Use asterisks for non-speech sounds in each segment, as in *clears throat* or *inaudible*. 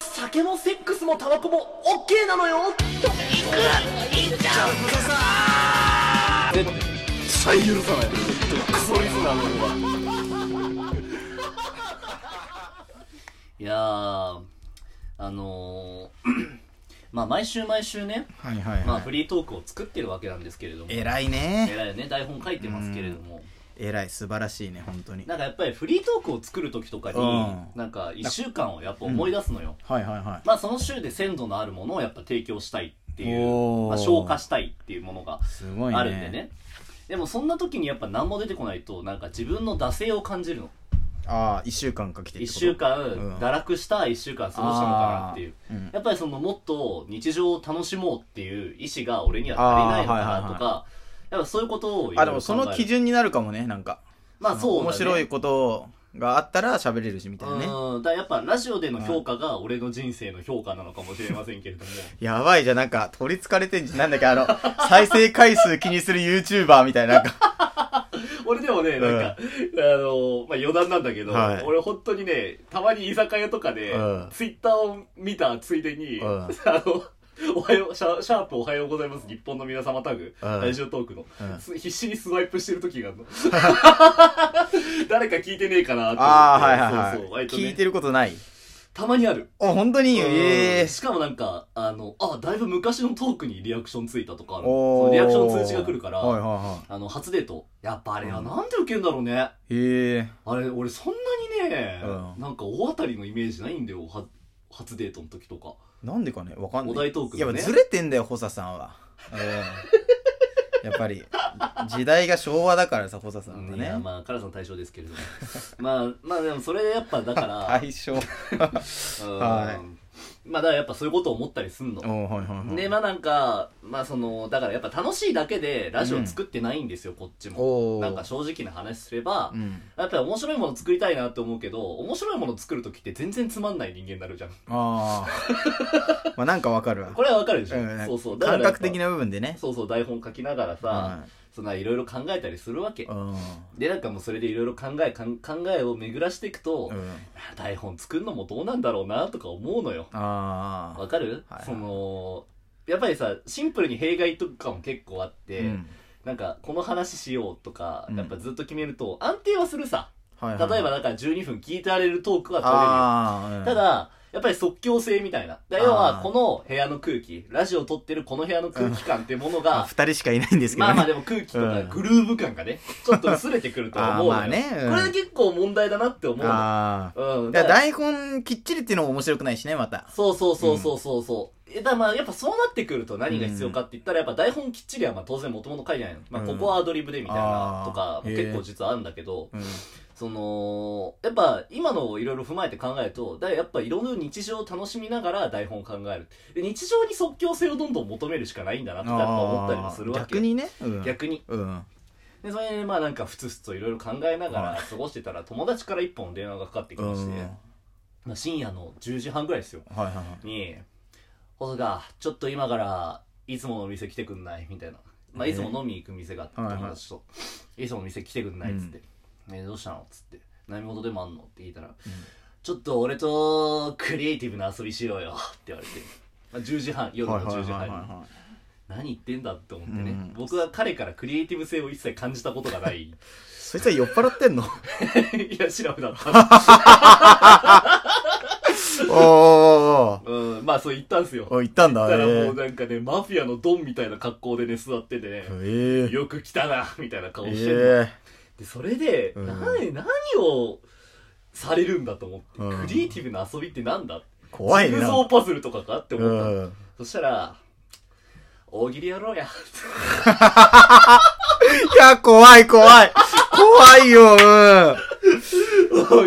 酒もセックスもタバコも OK なのよといくいっちゃうとさ絶対許さないクソリスナーの俺はいやーあのー *clears throat* まあ毎週毎週ね、はいはいまあ、はフいリートークを作ってるわけなんですけれども偉いね偉いよね台本書いてますけれども偉い素晴らしいね本当になんかやっぱりフリートークを作る時とかに、うんなんか1週間をやっぱ思い出すのよ、はいはいはまあその週で鮮度のあるものをやっぱ提供したいっていう、おーまあ、消化したいっていうものがいすごいねあるんでねでもそんな時にやっぱ何も出てこないとなんか自分の惰性を感じるのああ1週間かけてって1こと週間、うん堕落した1週間過ごしたのかなっていう、あーうんやっぱりそのもっと日常を楽しもうっていう意志が俺には足りないのかなとか、あーはいはいやっぱそういうことをいろいろ考えるあでもその基準になるかもねなんかまあそうだね面白いことがあったら喋れるしみたいなねうんだからやっぱラジオでの評価が俺の人生の評価なのかもしれませんけれどもやばいじゃん、なんか、取り憑かれてんじゃん。なんだっけ、あの、 *laughs* 再生回数気にする YouTuber みたいな、なんか。俺でもねなんか、あのまあ余談なんだけど、はい俺本当にねたまに居酒屋とかで、うんツイッターを見たついでに、う *laughs* あんのおはようシャシャープおはようございます日本の皆様タグ、うんラジオトークの、うんす必死にスワイプしてる時 *laughs* があるの誰か聞いてねえかなと思ってああ、はいはいはい。そうそう割とね聞いてることない。たまにあるあ、本当にええしかもなんか、あの、あ、だいぶ昔のトークにリアクションついたとかある、そおのーリアクション通知が来るから、はいはいはあの、初デート。やっぱあれはなんで受けるんだろうね。い。へえあれ、俺そんなにね、うんなんか大当たりのイメージないんだよ、は初デートの時とか。なんでかねわかんない。お題トークやだねっぱずれてんだよ、ホサさんは。 *laughs* うん。やっぱり、時代が昭和だからさ、ホサさんはいねや、。まあ、カラさん対象ですけれども。 *laughs* まあ、まあでもそれやっぱだ *laughs* から、対象。うんはまあだからやっぱそういうことを思ったりすんの。おはいはいはい。でまあなんかまあそのだからやっぱ楽しいだけでラジオ作ってないんですよ、こっちもおーなんか正直な話すれば、うん。やっぱり面白いもの作りたいなって思うけど面白いもの作る時って全然つまんない人間になるじゃんあ *laughs* あ。まあなんかわかるわ。これはわかるでしょ、うんそうそうだから感やっぱ覚的な部分でね。そうそう台本書きながらさ、はいそんないろいろ考えたりするわけ、うん。でなんかもうそれでいろいろ考えかん考えを巡らしていくと、うん。台本作るのもどうなんだろうなとか思うのよああ。わかる、はいはいそのやっぱりさシンプルに弊害とかも結構あって、うんなんかこの話しようとか、うんやっぱずっと決めると安定はするさはい例はいはいえばなんか12分聞いてられるトークは取れるよああ、うんた、だやっぱり即興性みたいなだあー要はこの部屋の空気ラジオを撮ってるこの部屋の空気感ってものまあが、二人しかいないんですけどまあね。まあでも空気とかうんグルーヴ感がね、ちょっと薄れてくると思うのよ *laughs* あーまあねうんこれ結構問題だなって思うのああうん、だだかからら台本きっちりっていうのも面白くないしね、また。そうそうそうそうそうそう。えだからまあやっぱそうなってくると何が必要かって言ったらやっぱ台本きっちりはまあ当然もともと書いてないの。まあここはアドリブでみたいなとかもうんあー結構実はあるんだけど、うん。その、やっぱ今のをいろいろ踏まえて考えると、だからやっぱいろんな日常を楽しみながら台本を考える。で日常に即興性をどんどん求めるしかないんだな *laughs* ってやっぱ思ったりもするわけ。逆。にね。うん。逆に。うん。で、それでまあなんかふつふつといろいろ考えながら過ごしてたら友達から一本電話がかかってきうん。ましはいて、まあ深夜の10時半ぐらいですよ。はいはい。に「細田ちょっと今からいつもの店来てくんない?」みたいな、まあ、えいつも飲みに行く店があってはいはい友達と「いつもの店来てくんない?」っつって「ねどうしたの?」っつって「何事でもあんの?」って聞いたら、ちょっと俺とクリエイティブな遊びしようよ」って言われて、まあ、10時半夜の10時半に。何言ってんだって思ってね、うん僕は彼からクリエイティブ性を一切感じたことがないいそいつは酔っ払って *laughs* んのや調べだ *laughs* った、おーおーうん、まあそう言ったんすよおーおい、行ったんだ、だからえもうなんかねマフィアのドンみたいな格好でね座っててね、ええよく来たなみたいな顔えしてる、えでそれで、うんな何をされるんだと思って、うクんリエイティブな遊びってなんだ怖いジね。グなんゾーかパズルとかかって思ったの、うん。そしたら大喜利やろうやいや、怖い怖い。怖いよ、うん。大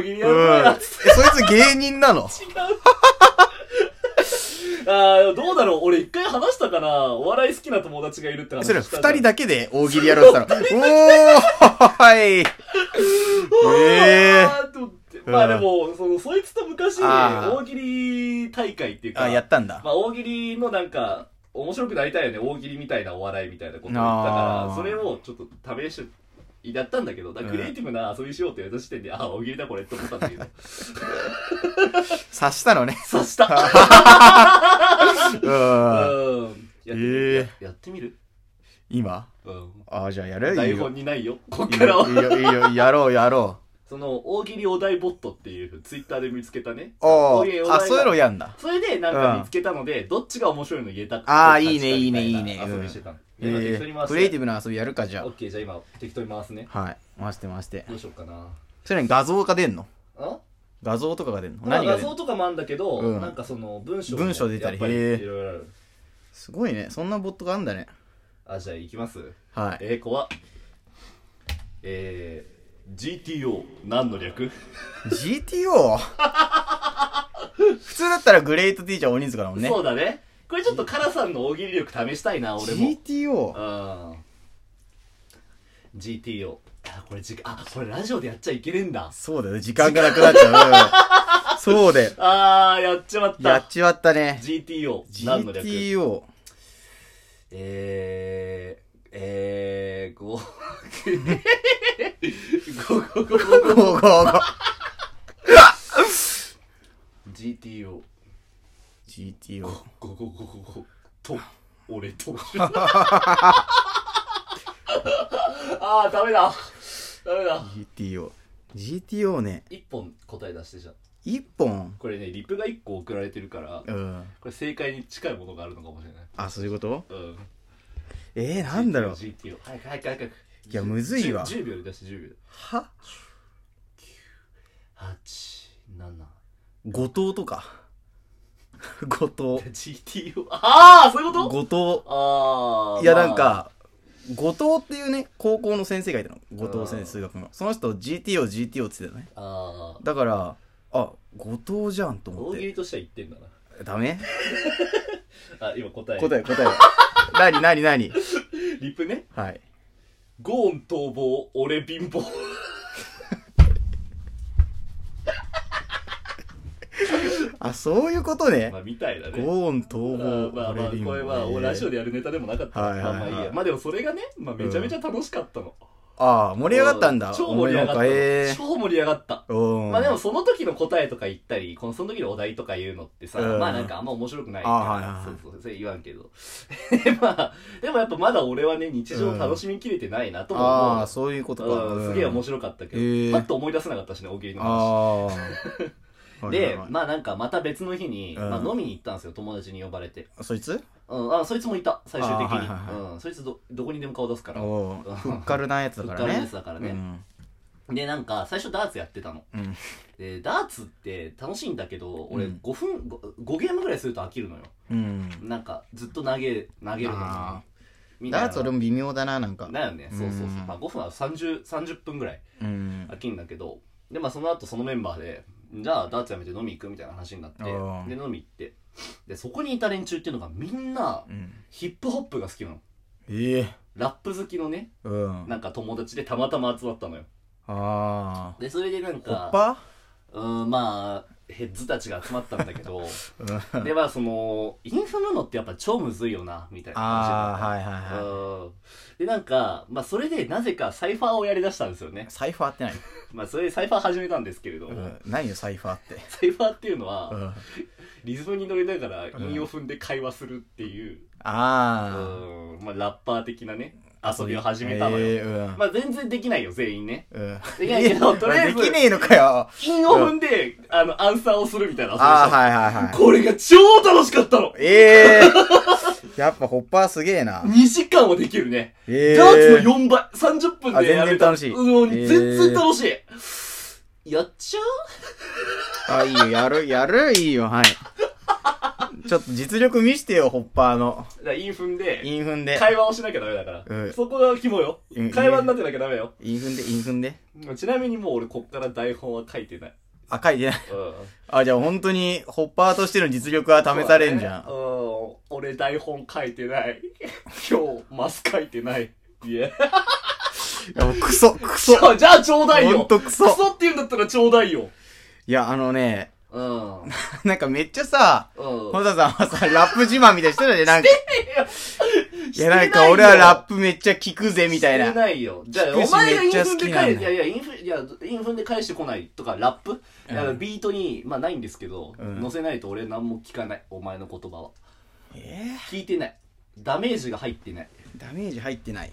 喜利やろううん。やえ、そいつ芸人な *laughs* のあーどうだろう俺一回話したかなお笑い好きな友達がいるって話それしたじゃ二ん人だけで大喜利やろうって言ったら、おーいええあーって思ってまあでもそのそいつと昔あー大喜利大会っていうかあ、やったんだ。まあ、大喜利のなんか、面白くなりたいよね、大喜利みたいなお笑いみたいなことを言ったかあら、ーそれをちょっと試してやったんだけど、だからうんクリエイティブな遊びしようってやった時点で、ああ、大喜利だこれって思ったんだけど、察したのね。刺した。うん。うん。やってみええる。やってみる今うん。ああ、じゃあやる台本にないよ、こっからいいは。よ、いいよいいよ、やろう、やろその、大喜利お題ボットっていう、ツイッターで見つけたね。う。お大喜利おー題あ、がそういうのやんだ。それで、なんか見つけたので、どっちが面白いの言えたあーどっちかいみたいねいいねいいねな遊びしてたの。え今適当に回ーしてクリエイティブな遊びやるか、じゃオッケー、じゃあ今、適当に回すね。あ。はい。回して回してど。うしようかな。それに画像が出んのあ画像とかが出んのまあ何が画出ん像のとかもあるんだけど、うんなんかその文章も文章出たりやっぱりへーいろいろあるすごいね。そんなボットがあんだね。あじゃあ行きますはい。えー、怖っえー、GTO 何の略 GTO? *laughs* 普通だったらグレートティーチャー鬼塚だもんね。そうだねこれちょっとカラさんの大喜利力試したいな俺も、 GTO? うん GTO あこれ時間あこれラジオでやっちゃいけねえんだそうだよね。時間がなくなっち *laughs* ゃう。うんそうだよ。あーやっちまっやったちまったね。 GTO 何の略 GTO。えー、えー、ご、ご、ご、ご、こうこうこう GTO。 GTO。ご、ご、ご、ご、ご、と、俺と。あー、ダメだ。ダメだ。 GTO。GTO ね。一本答え出してじゃん。一本。これね、リプが一個送られてるから、うん。これ正解に近いものがあるのかもしれない。あ、そういうことうん。えー、なんだろう。 GTO。早く早く早く。いやむずいわ10 10秒で出して10秒で。は8、7、後藤とか。 *laughs* 後藤。 GTO。ああそういうこと後ああ藤。いや、なん、か、後藤っていうね、高校の先生がいたの。後藤先生、数学の。その人、GTO、GTO って言ってたのね。まああだから、あ、後藤じゃんとー思っ大喜て。利としては言ってんだな。ダメあ、今 *laughs* 答え。答え、 *laughs* 答え。なになになにリップね。はい。ゴーン逃亡、俺貧 *laughs* 乏。あ、そういうことねま。あ、みたいだね。ゴーン逃あー亡。まあまあ、これは、ラジオでやるネタでもなかった。はいはいはいまあまあいいや。まあでもそれがね、まあめちゃめちゃ楽しかったの。ああ、盛り上がったんうだ。超盛り上がった思いのほかえの。超盛り上がった。えうん。まあでもその時の答えとか言ったり、このその時のお題とか言うのってさ、うんまあなんかあんま面白くないあはいはいはいそうそう、それ言わんけど。 *laughs* まあ、でもやっぱまだ俺はね、日常を楽しみきれてないなとも思うの。ああ、そういうことか。うんすげえ面白かったけど、えーパッと思い出せなかったしね大喜利の話ああ。で、はいはいはいまあなんかまた別の日に、うんまあ、飲みに行ったんですよ友達に呼ばれて、そいつうん、あそいつもいた最終的に、あーはいはいはうん、そいつどどこにでも顔出すからおうふっかるなやつだかふっらね。かるなやつだからねうんでなんか最初ダーツやってたのうん。でダーツって楽しいんだけど俺うん5分 5, ゲームぐらいすると飽きるのようん。なんかずっと投げ投げるのあみたいダなーツ俺も微妙だな、なんか。だよねそうそうそう、うんまあ、5分は 30, 30分ぐらいうん。飽きんだけどでまあその後そのメンバーでじゃあダーツやめて飲み行くみたいな話になってあーで飲み行ってでそこにいた連中っていうのがみんなうんヒップホップが好きなのええ。ラップ好きのねうん。なんか友達でたまたま集まったのよああ。でそれでなんホッかパうーんまあヘッズたちが集まったんだけど *laughs* うんでまあそのインフムのってやっぱ超むずいよなみたいなああ、感はいはいじで、はうんでなんか、まあ、それでなぜかサイファーをやりだしたんですよねい。、サイファーって何まあ、それでサイファー始めたんですけれども、うん何よ、サイファーって。サイファーっていうのは、うんリズムに乗りながら韻を踏んで会話するっていう、うあんまあ、ラッパー的なねあ。遊びを始めたのええよ、うんまあ全然できないよ全員 *laughs* ねうん。できないけ *laughs* どとりあえずできねえのかよ。韻を踏んで、あのアンサーをするみたいな遊びああ、した、はいはいはい。これが超楽しかったのええやっぱホッパーすげえな。 2時間はできるね、ええダーツの4倍30分あでやれ全然た楽しいうんえー全然楽しい、やっちゃあ、いいよ、やる、やる、いいよ、はい。ちょっと実力見してよ、ホッパーの。うだから韻踏んでインフンで。会話をしなきゃダメだから、うんそこが肝ようん会話になってなきゃダメよ、インフンで、インフンで。ちなみにもう俺こっから台本は書いてないあ、書いてない。うんあ、じゃあ本当に、ホッパーとしての実力は試されんじゃん。そうだねうん。俺台本書いてない。今日、マス書いてない。いや。いやもうクソ、ク *laughs* ソ。じゃあちょうだいよ。ほんとクソクソって言うんだったらちょうだいよ。いや、あのね、うん。うん。なんかめっちゃさ、うん *laughs* ホ田さんはさ、ラップ自慢みたいにしてたじゃん、なんか。いいや、なんか俺はラップめっちゃ聞くぜ、みたいしてな。ないよ。じゃあ、聞くおし前がめっインちゃフ好ンきでなんだ返いやいや、インフン、いや、インフンで返してこないとか、ラップ、うんいやビートに、まあないんですけど、うん載せないと俺何も聞かない。お前の言葉は。え聞いてない。ダメージが入ってない。ーダメージ入ってない。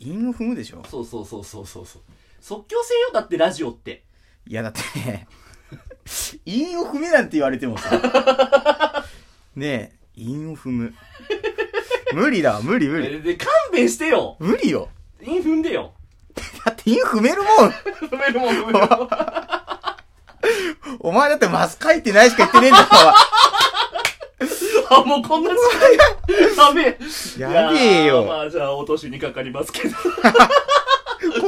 韻を踏むでしょそうそうそうそうそうそう。即興性よ、だってラジオって。いや、だってね、韻を踏めなんて言われてもさ。ねえ、韻を踏む。無理だわ、無理無え理。で、勘弁してよ無理よ。インフンでよだって韻踏めるもん。踏めるもん踏めるもん。お前だってマス書いてないしか言ってねえんだわ。 *laughs* あ、もうこんな時間。やべえ。やべえよいやーまあ、じゃあ、落としにかかりますけど。こ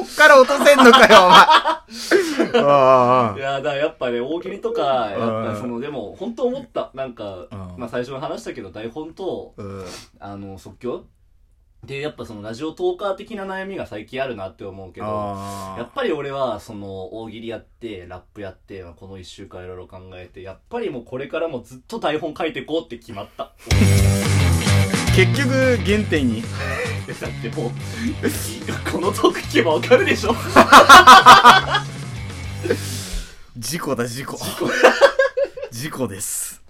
っから落とせんのかよ、お前。あいやだからやっぱね大喜利とかやっうんぱそのでも本当思ったなんかうんまあ最初に話したけど台本とあ。うん。あの即興でやっぱそのラジオトーカー的な悩みが最近あるなって思うけどあやっぱり俺はその大喜利やってラップやってまあこの1週間いろいろ考えてやっぱりもうこれからもずっと台本書いてこうって決まった結局、原点に。俺だってもう *laughs* このトーク聞けばわかるでしょ事故だ、事故。事故です。